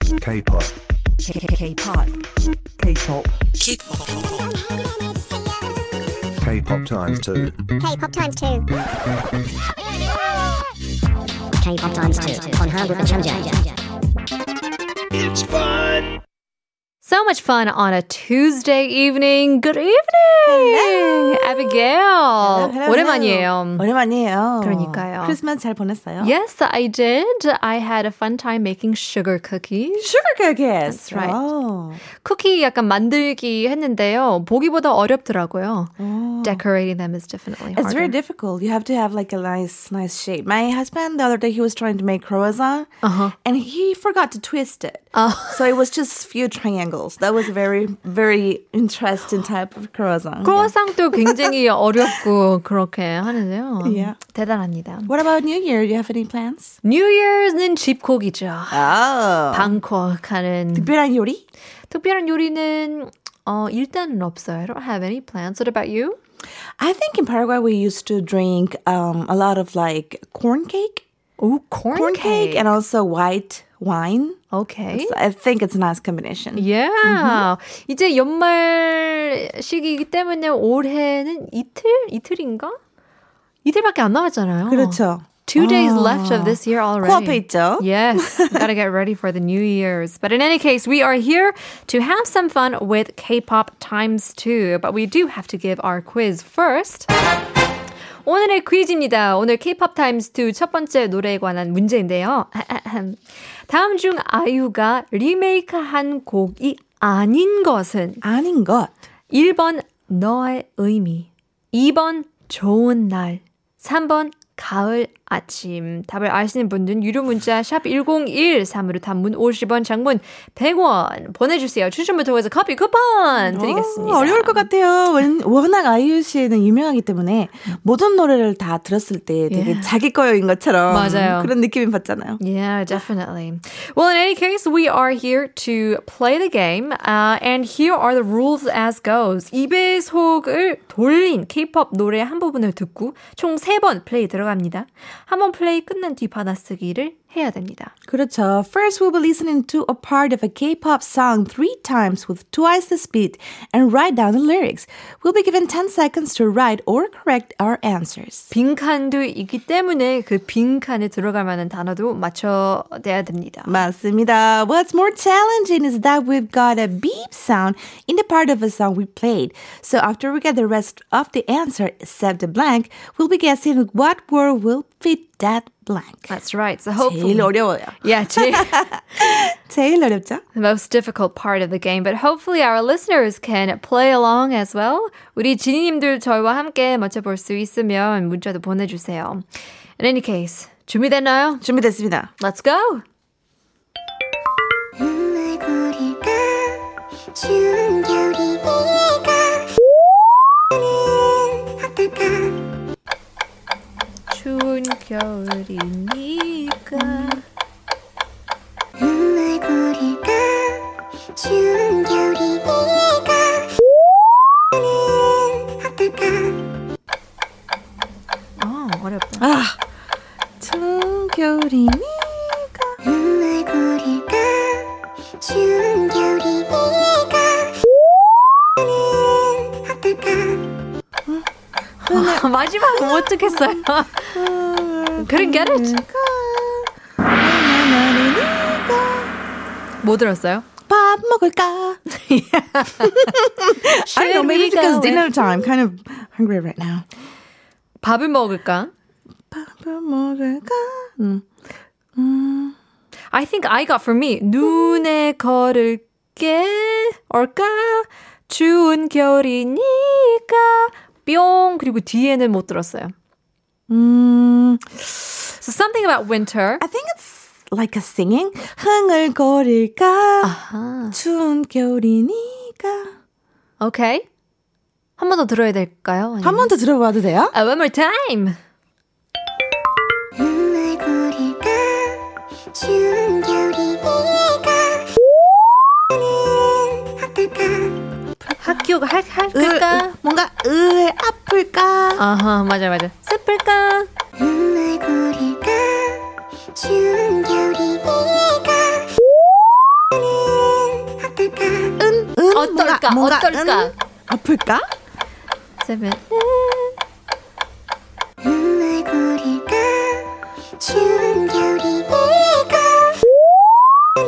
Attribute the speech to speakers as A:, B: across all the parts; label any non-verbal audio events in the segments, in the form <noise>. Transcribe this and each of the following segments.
A: K-pop,
B: K-pop,
C: K-pop,
A: K-pop times two,
D: K-pop times two.
E: K-pop times two on Hamburger Jamjam.
F: So much fun on a Tuesday evening. Good evening, Abigail.
C: hello,
F: 오랜만이에요.
C: 오랜만이에요.
F: 그러니까요.
C: 크리스마스 잘 보냈어요?
F: Yes, I did. I had a fun time making sugar cookies.
C: Sugar cookies.
F: That's right.
C: 오.
F: 쿠키 약간 만들기 했는데요. 보기보다 어렵더라고요.
C: 오.
F: Decorating them is definitely harder.
C: It's very difficult. You have to have like a nice, nice shape. My husband the other day he was trying to make croissant,
F: Uh-huh.
C: and he forgot to twist it.
F: Oh.
C: So it was just few triangles. That was a very, very interesting type of croissant. Yeah.
F: 크로상도
C: <laughs>
F: 굉장히 어렵고 그렇게 하는데요.
C: Yeah.
F: 대단합니다.
C: What about New Year? Do you have any plans?
F: New Year's는 집콕이죠.
C: Oh,
F: 방콕 하는
C: 특별한 요리?
F: 특별한 요리는 어, 일단은 없어요. I don't have any plans. What about you?
C: I think in Paraguay we used to drink um, a lot of like corn cake,
F: Oh, corn,
C: corn cake, and also white wine.
F: okay.
C: So I think it's a nice combination.
F: Yeah. Mm-hmm. 이제 연말 시기이기 때문에 올해는 이틀 이틀인가? 이틀밖에 안 남았잖아요.
C: 그렇죠.
F: Two days
C: 아.
F: left of this year already.
C: 코앞에 있죠.
F: Yes, we gotta get ready for the New Year's. But in any case, we are here to have some fun with K-pop times two. But we do have to give our quiz first. 오늘의 퀴즈입니다. 오늘 K-pop Times 2 첫 번째 노래에 관한 문제인데요. 다음 중 아이유가 리메이크한 곡이 아닌 것은
C: 아닌 것.
F: 1번 너의 의미, 2번 좋은 날, 3번 가을 아침. 답을 아시는 분들은 유료 문자 샵 1013으로 단문 50원, 장문 100원 보내주세요. 추첨을 통해서 커피 쿠폰 드리겠습니다.
C: 어, 어려울 것 같아요. 웬- 워낙 아이유 씨는 유명하기 때문에 모든 노래를 다 들었을 때 되게
F: Yeah.
C: 자기 거인 것처럼
F: 맞아요.
C: 그런 느낌이 받잖아요.
F: Yeah, definitely. Well, in any case, we are here to play the game, uh, and here are the rules as goes. 2배 속을 돌린 K-pop 노래 한 부분을 듣고 총 3번 플레이 들어갑니다. 한 번 플레이 끝난 뒤 받아쓰기를 해야 됩니다.
C: 그렇죠. First, we'll be listening to a part of a K-pop song three times with twice the speed and write down the lyrics. We'll be given 10 seconds to write or correct our answers.
F: 빈칸도 있기 때문에 그 빈칸에 들어갈 만한 단어도 맞춰야 됩니다.
C: 맞습니다. What's more challenging is that we've got a beep sound in the part of a song we played. So after we get the rest of the answer, except the blank, we'll be guessing what word will fit that blank.
F: That's right. So
C: 제일
F: hopefully,
C: 어려워요.
F: yeah,
C: <laughs>
F: 제일
C: 제일 어렵죠?
F: the most difficult part of the game, but hopefully our listeners can play along as well. 우리 지니님들 저희와 함께 맞춰볼 수 있으면 문자도 보내주세요. In any case, 준비됐나요?
C: 준비됐습니다.
F: Let's go!
D: 눈물 고를까 추운 겨울이 네가 는 어떨까
F: 추운 겨울이니까
D: 눈물 고를까 추운 겨울이 네가 는 어떨까
F: 어, 어렵다.
C: 추운 겨울이니까
D: 눈물 고를까 추운 겨울이 네가 는 어떨까
F: 아, <laughs> 마지막은 못 <laughs> 듣겠어요. Couldn't get it. 뭐 들었어요?
C: 밥 먹을까? I don't know, maybe
F: Should we
C: because
F: go
C: dinner time. Kind of hungry right now.
F: 밥을 먹을까?
C: 밥을 먹을까? 음.
F: I think I got for me 눈에 걸을게 얼까 추운 겨울이니까 뿅 그리고 뒤에는 못 들었어요.
C: 음,
F: So something about winter.
C: I think it's like a singing. 흥얼거릴까? 추운 겨울이니까.
F: Okay. 한 번 더 들어야 될까요?
C: 한 번 더 들어봐도 돼요?
F: 아, one more time.
D: 눈물 고를까 추운 겨울이 네가 는 어떨까
F: 학교 할 할까?
C: 으, 뭔가 으 아플까?
F: 아하 맞아 맞아. 슬플까?
D: 눈물 고를까 추운 겨울이 네가
F: 어떨까?
C: 뭔가, 뭔가,
F: 어떨까?
C: 음, 아플까?
F: 세븐.
D: 눈물 고를까 추운 겨울이 내가 는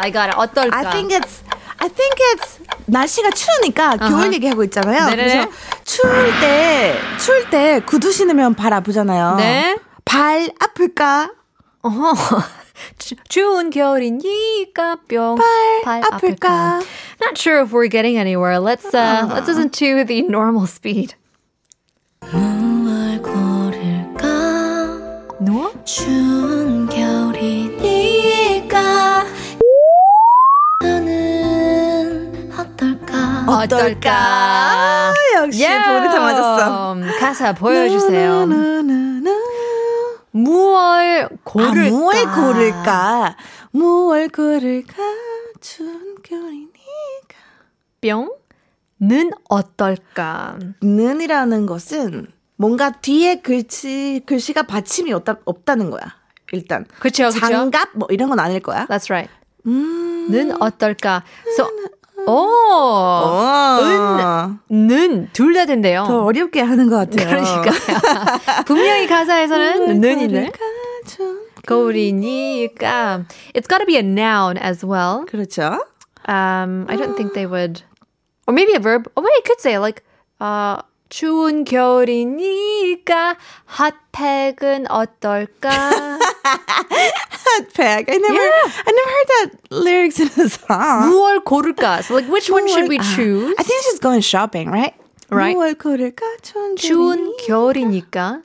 F: 어떨까? I got it. 어떨까?
C: I think it's I think it's 날씨가 추우니까 겨울 얘기하고 있잖아요.
F: 네네네.
C: 그래서 추울 때 추울 때 구두 신으면 발 아프잖아요.
F: 네.
C: 발 아플까?
F: 어허. <laughs> 추- 추운 겨울이니까 뿅.
C: 발 아플까?
F: Not sure if we're getting anywhere. Let's
G: 아.
F: uh, let's listen to the normal speed.
G: 무얼 고를까
F: No?
G: 추운 겨울이니까 나는 어떨까
C: 어떨까? 역시 보리타 맞았어.
F: 가사 보여주세요.
C: 나나나나.
F: 무얼
C: 아,
F: 고를까?
C: 무얼 고를까? 무얼 고를까? 추운 겨울이니까.
F: 뿅. 는 어떨까?
C: 는이라는 것은 뭔가 뒤에 글씨 글씨가 받침이 없다, 없다는 거야. 일단
F: 그쵸, 그쵸.
C: 장갑 뭐 이런 건 아닐 거야.
F: That's right.
C: 음.
F: 는 어떨까? So, 오,
C: 어.
F: 는둘 다 된대요.
C: 더 어렵게 하는 것 같아요.
F: 그러니까요. <laughs> 분명히 그러니까. 가사에서는 는이 네
C: 가져.
F: 거울이니까. It's got to be a noun as well.
C: 그렇죠.
F: Um, I don't think they would, or maybe a verb. Or I could say like, uh, 추운 겨울이니까 핫팩은 <laughs> 어떨까?
C: Backpack. I never, I never heard that lyrics in a song.
F: 무얼 고를까? So like, which one should we choose?
C: 아. I think she's going shopping, right?
F: Right.
C: 무얼 고를까? 추운
F: 추운
C: 겨울이니?
F: 겨울이니까.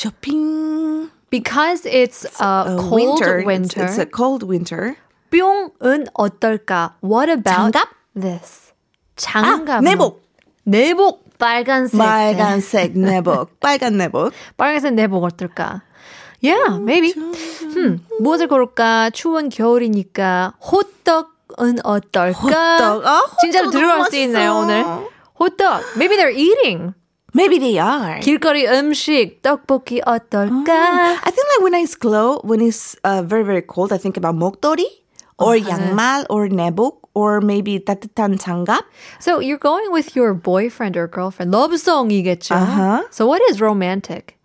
C: 쇼핑.
F: Because it's a
C: 어,
F: cold winter.
C: It's- It's, a cold winter.
F: 뿅은 어떨까? What about
C: 장갑? 아,
F: this? 장갑.
C: 내복.
F: 내복 빨간색.
C: <laughs> 빨간색 내복. 빨간 내복.
F: 빨간색 내복 어떨까? Yeah, maybe. 음, 무엇을 고를까? 추운 겨울이니까 호떡은 어떨까?
C: 호떡. 아, 호떡
F: 진짜로
C: 너무
F: 들어갈 수 있나요
C: 맛있어.
F: 오늘? 호떡. Maybe they're eating.
C: Maybe they are.
F: 길거리 음식 떡볶이 어떨까?
C: I think like when it's glow, when it's uh, very very cold, I think about 목도리 or
F: Uh-huh.
C: 양말 or 내복 or maybe 따뜻한 장갑.
F: So you're going with your boyfriend or girlfriend. 러브송이겠죠.
C: Uh-huh.
F: So what is romantic?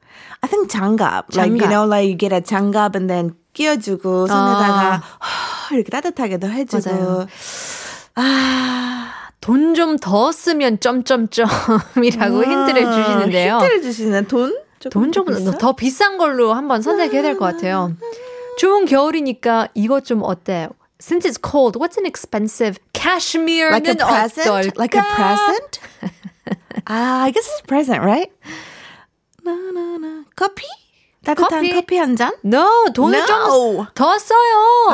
C: I think 장갑. Like you
F: 장갑.
C: know, like you get a 장갑 and then 끼워주고 손에다가 <sighs> 이렇게 따뜻하게도 해주고.
F: 아. 맞아요. 돈 좀 더 쓰면 점점점이라고 힌트를 주시는데요.
C: 아, 어, 힌트를 주시는 돈? 조금
F: 돈 조금
C: 비싸?
F: 더 비싼 걸로 한번 선택해야 될 것 같아요. 추운 겨울이니까 이것 좀 어때? Since it's cold, what's an expensive cashmere는
C: Like a present?
F: 어떨까?
C: Like a present? <laughs> ah, I guess it's a present, right? No, no, no. 커피? 따뜻한
F: 커피?
C: 커피, 한 잔?
F: No, 아. 돈을
C: No.
F: 좀더 써요.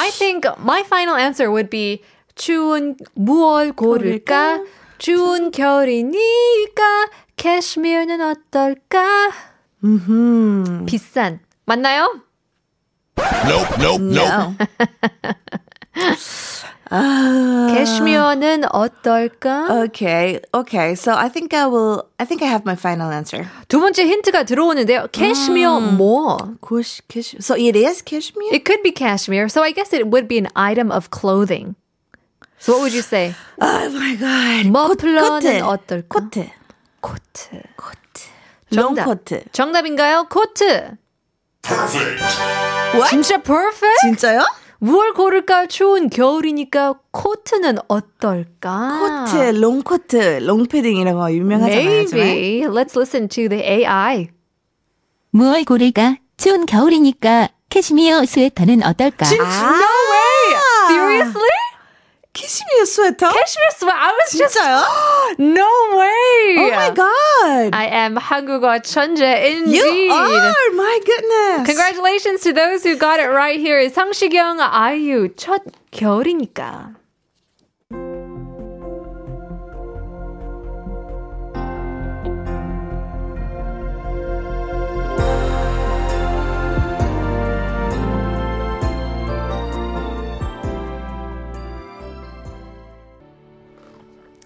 F: I think my final answer would be 추운 무얼 고를까? 추운 겨울이니까 캐시미어는 어떨까? 비싼 맞나요?
C: No.
F: 캐시미어는 아. 어떨까?
C: Okay, okay. So I think I will. I think I have my final answer.
F: 두 번째 힌트가 들어오는데요. 캐시미어 뭐?
C: Kush, kish. So it is cashmere.
F: It could be cashmere, so I guess it would be an item of clothing. So what would you say?
C: Oh my god.
F: 머플러는 어떨까?
C: 코트.
F: <sighs> 코트.
C: 롱
F: 정답.
C: 코트.
F: 정답인가요? 코트.
C: What?
F: 진짜 perfect.
C: 진짜요?
F: 무얼 고를까? 추운 겨울이니까 코트는 어떨까?
C: 코트, 롱 코트, 롱 패딩이라고 유명하잖아요. 요즘에.
F: Maybe. Let's listen to the AI.
H: 무얼 고를까? 추운 겨울이니까 캐시미어 스웨터는 어떨까?
C: 아,
F: Seriously?
C: 캐시미어 스웨터?
F: Cashmere sweat. I was just
C: 진짜요?
F: no way.
C: Oh my god.
F: I am 한국어 천재
C: you
F: indeed.
C: are. My goodness.
F: Congratulations to those who got it right here. is 성시경 아이유 첫 겨울이니까.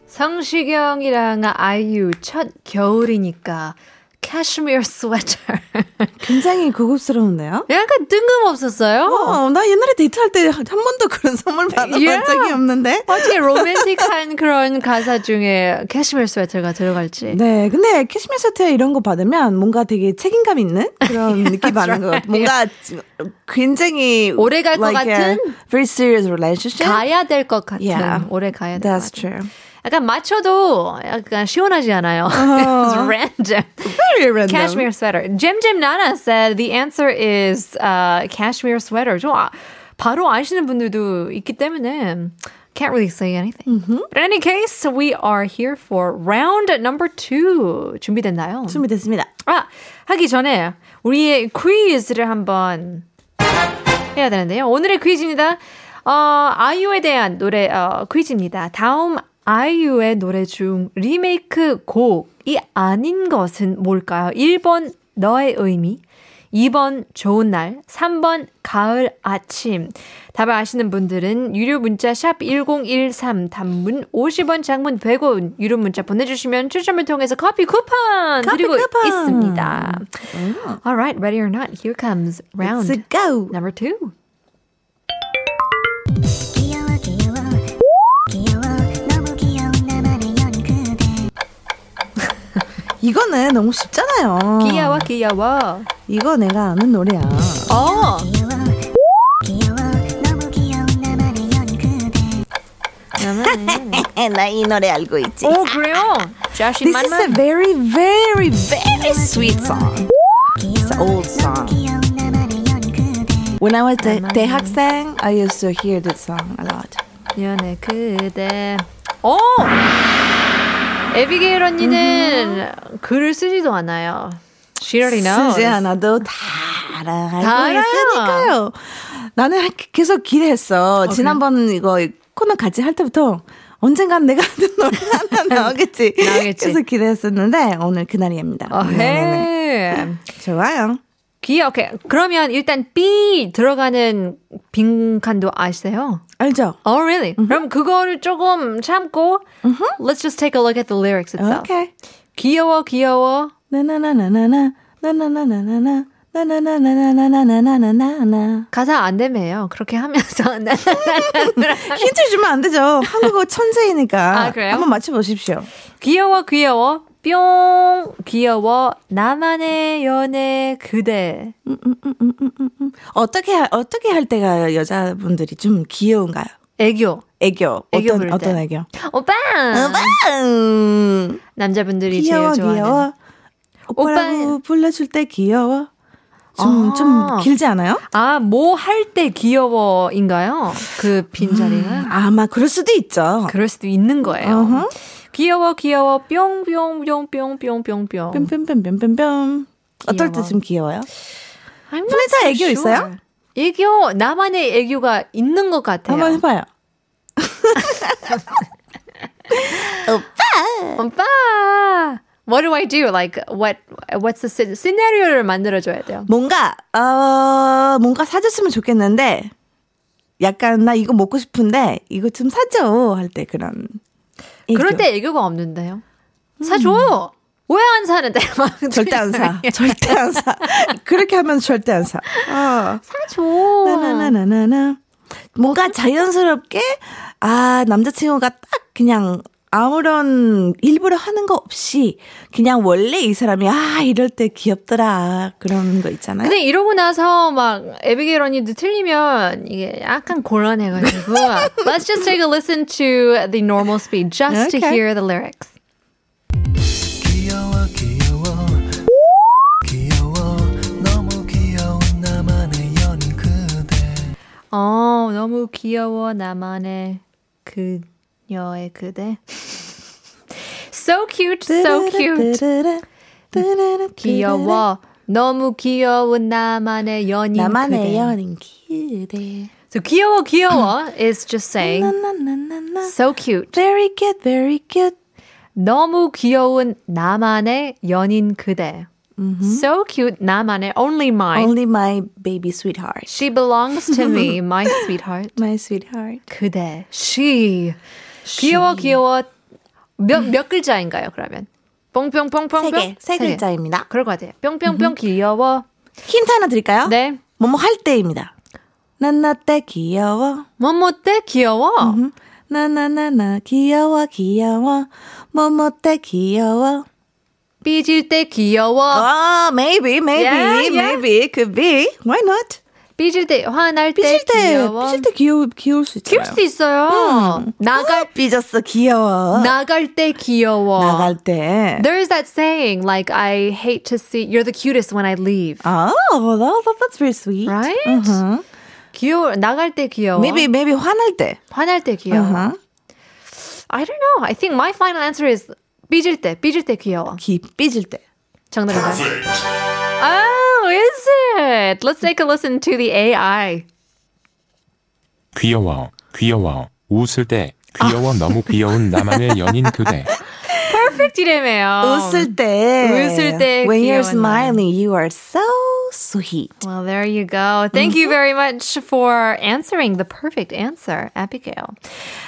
F: 성시경이랑 아이유 첫 겨울이니까 cashmere sweater. <laughs>
C: 굉장히 고급스러운데요?
F: 약간 뜬금없었어요.
C: 어, 나 옛날에 데이트할 때 한 번도 그런 선물 받아본
F: Yeah.
C: 적이 없는데.
F: 어떻게 로맨틱한 <laughs> 그런 가사 중에 캐시멜 스웨터가 들어갈지.
C: 네, 근데 캐시미어 세트 이런 거 받으면 뭔가 되게 책임감 있는
F: <laughs>
C: 그런 느낌 받는 것 같아요. 뭔가 굉장히
F: 오래 갈것 같은?
C: a very serious relationship.
F: 가야 될 것 같은
C: Yeah.
F: 오래 가야 될 것 같은
C: That's true.
F: 약간 맞춰도 약간 시원하지 않아요. <laughs> It's random.
C: Very 어. random.
F: Cashmere sweater. Jim Jim Nana said the answer is uh, cashmere sweater. 좀 아, 바로 아시는 분들도 있기 때문에 can't really say anything. But in any case, we are here for round number two. 준비됐나요?
C: 준비됐습니다.
F: 아, 하기 전에 우리의 퀴즈를 한번 해야 되는데요. 오늘의 퀴즈입니다. 어, 아이유에 대한 노래 어, 퀴즈입니다. 다음 아이유의 노래 중 리메이크 곡이 아닌 것은 뭘까요? 1번 너의 의미, 2번 좋은 날, 3번 가을 아침. 답을 아시는 분들은 유료 문자 샵 1013 단문 50원 장문 100원 유료 문자 보내주시면 추첨을 통해서 커피 쿠폰
C: 커피
F: 드리고
C: 쿠폰. 네.
F: 있습니다. Alright, ready or not, here comes round
C: Let's go.
F: number two.
D: 귀여워 귀여워 귀여워 너무 귀여운 나만의 연그대
C: 이거는 너무 쉽잖아요.
F: 귀여워 귀여워.
C: 이거 내가 아는 노래야.
F: 어.
D: 귀여워 귀여워 너무 귀여운 나만의 연그대
C: <laughs> 나 이 노래 알고 있지.
F: 오 어, 그래요? 자신
C: This is a
F: 만만.
C: very, very, very sweet song. It's an old song.
D: 귀여운 나만의 연그대
C: When I was a 대학생, I used to hear this song a lot.
F: 연애 그대. 오. 에비게일 언니는 글을 쓰지도 않아요. She already knows.
C: 음. 쓰지 않아도 다 알아.
F: 다
C: 알고
F: 알아요.
C: 있으니까요. 나는 계속 기대했어. 지난번 이거 코너 같이 할 때부터 언젠간 내가 하는 노래 <laughs> 하나 나오겠지.
F: 나오겠지.
C: 계속 기대했었는데 오늘 그날이입니다. 음, 네네네.
F: 어헤.
C: 좋아요.
F: 어, 귀여. 오케이. 그러면 일단 B 들어가는 빈 칸도 아세요?
C: 알죠?
F: Oh, really? 그럼 그거를 조금 참고 Let's just take a look at the lyrics itself.
C: 오케이.
F: 귀여워 귀여워
C: 나나나나나나 나나나나나나 나나나나나나나나나나
F: 가사 안 되매요. 그렇게
C: <laughs>
F: 하면서 <laughs>
C: 힌트 주면 안 되죠. 한국어 천재이니까
F: 아, 그래요?
C: 한번 맞춰보십시오.
F: 귀여워 귀여워 뿅 귀여워 나만의 연애 그대
C: 어떻게 하- 어떻게 할 때가 여자분들이 좀 귀여운가요?
F: 애교
C: 애교
F: 애교 부를
C: 어떤
F: 때.
C: 어떤 애교?
F: 오빠
C: 음,
F: 남자분들이
C: 귀여워
F: 제일 좋아하는
C: 귀여워 오빠라고 불러줄 때 귀여워 좀
F: 아.
C: 좀 길지 않아요?
F: 아뭐 할 때 귀여워인가요? 그
C: 음.
F: 빈자리는
C: 아마 그럴 수도 있죠.
F: 그럴 수도 있는 거예요.
C: 어허.
F: 귀여워 귀여워 뿅뿅뿅뿅뿅뿅뿅
C: 뺨뺨뺨뺨뺨 어떨 때
F: 귀여워.
C: 좀 귀여워요?
F: I'm not
C: 플레이사
F: so
C: 애교 있어요?
F: 애교 나만의 애교가 있는 것 같아요.
C: 한번 해봐요.
F: 오빠. What do I do? Like what what's the sce- 시나리오를 만들어 줘야 돼요.
C: 뭔가 어 뭔가 사줬으면 좋겠는데 약간 나 이거 먹고 싶은데 이거 좀 사줘 할 때 그런 애교.
F: 그럴 때 애교가 없는데요. 사줘. 왜 안 사는데? 막
C: 음. <laughs> 절대 안 사. 절대 안 사. 그렇게 하면 절대 안 사. 어.
F: 사줘.
C: 나나나나나나. 뭔가 자연스럽게 아 남자친구가 딱 그냥 아무런 일부러 하는 거 없이 그냥 원래 이 사람이 아 이럴 때 귀엽더라 그런 거 있잖아요.
F: 근데 이러고 나서 막 에비게일 언니도 틀리면 이게 약간 곤란해가지고
C: <laughs>
F: Let's just take a listen to the normal speed just to
C: Okay.
F: hear the lyrics.
I: 귀여워 귀여워 귀여워 너무 귀여운 나만의 연인 그대
F: 어 너무 귀여워 나만의 그녀의 그대. So cute, so cute. 귀여워. 너무 귀여운 나만의 연인
C: 나만의
F: 그대.
C: 연인 기대.
F: So 귀여워 귀여워 is just saying
C: 나나나나나.
F: so cute.
C: Very cute, very cute.
F: 너무 귀여운 나만의 연인 그대. So cute 나만의 only mine.
C: Only my baby sweetheart.
F: She belongs to
C: <laughs>
F: me, my sweetheart.
C: My sweetheart.
F: 그대. She. 귀여워 귀여워. 몇 몇 글자인가요, 그러면? 뿅뿅뿅뿅뿅.
C: 세 개, 세 글자입니다.
F: 그럴 것 같아요. 뿅뿅뿅 귀여워.
C: 힌트 하나 드릴까요?
F: 네.
C: 뭐뭐 할 때입니다. 나나 때 귀여워.
F: 뭐뭐 때 귀여워.
C: 음. 나나나나 귀여워 귀여워. 뭐뭐 때 귀여워.
F: 삐질 때 귀여워.
C: 아, maybe, maybe,
F: Yeah, yeah.
C: maybe, could be. Why not?
F: 삐질 때 화날 때
C: 삐질 때,
F: 귀여워.
C: 삐질 때 음. 귀여, 귀여울 수 있어요.
F: 귀울 수 있어요. 나갈
C: 삐졌어, 귀여워.
F: 나갈 때 귀여워.
C: 나갈 때.
F: There's that saying like I hate to see you're the cutest when I leave.
C: Oh, well, that, that's very sweet.
F: Right?
C: Uh-huh.
F: 귀여 나갈 때 귀여워.
C: Maybe, maybe 화날 때.
F: 화날 때 귀여워.
C: Uh-huh.
F: I don't know. I think my final answer is 삐질 때 삐질 때 귀여워.
C: 귀 삐질 때.
F: 정답인가요? Oh, is it? Let's take a listen to the AI.
J: 귀여워, 귀여워, 웃을 때, 귀여워, 너무 귀여운 나만의 연인 그대.
F: Perfect 이래매요.
C: 웃을 때.
F: 웃을 때
C: When you're
F: 귀여운 나.
C: smiling, you are so sweet.
F: Well, there you go. Thank you
C: Mm-hmm.
F: very much for answering the perfect answer, Abigail.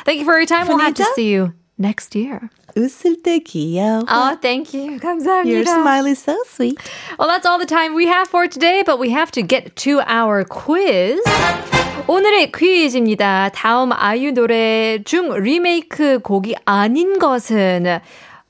F: Thank you for your time. We'll have to
C: Vanita?
F: see you next year.
C: 웃을 때 귀여워.
F: Oh, thank you.
C: Your
F: 감사합니다.
C: smile is so sweet.
F: Well, that's all the time we have for today, but we have to get to our quiz. 오늘의 퀴즈입니다. 다음 아이유 노래 중 리메이크 곡이 아닌 것은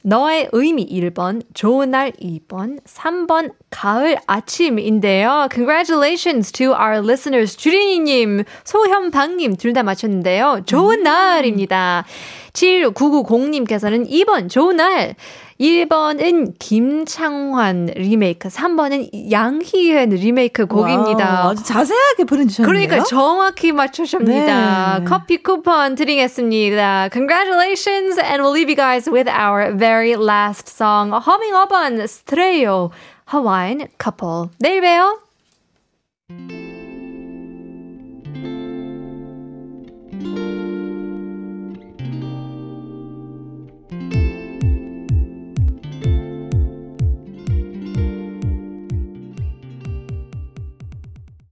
F: 너의 의미 1번, 좋은 날 2번, 3번 가을 아침인데요. Congratulations to our listeners 주린이님, 소현방님 둘 다 맞췄는데요. 좋은 날입니다. 7990님께서는 2번 좋은 날, 1번은 김창환 리메이크, 3번은 양희은 리메이크 곡입니다.
C: 와우, 아주 자세하게 보내주셨네요.
F: 그러니까 정확히 맞추셨습니다.
C: 네.
F: 커피 쿠폰 드리겠습니다. Congratulations and we'll leave you guys with our very last song. Humming Up on Strayo Hawaiian Couple. 내일 봬요.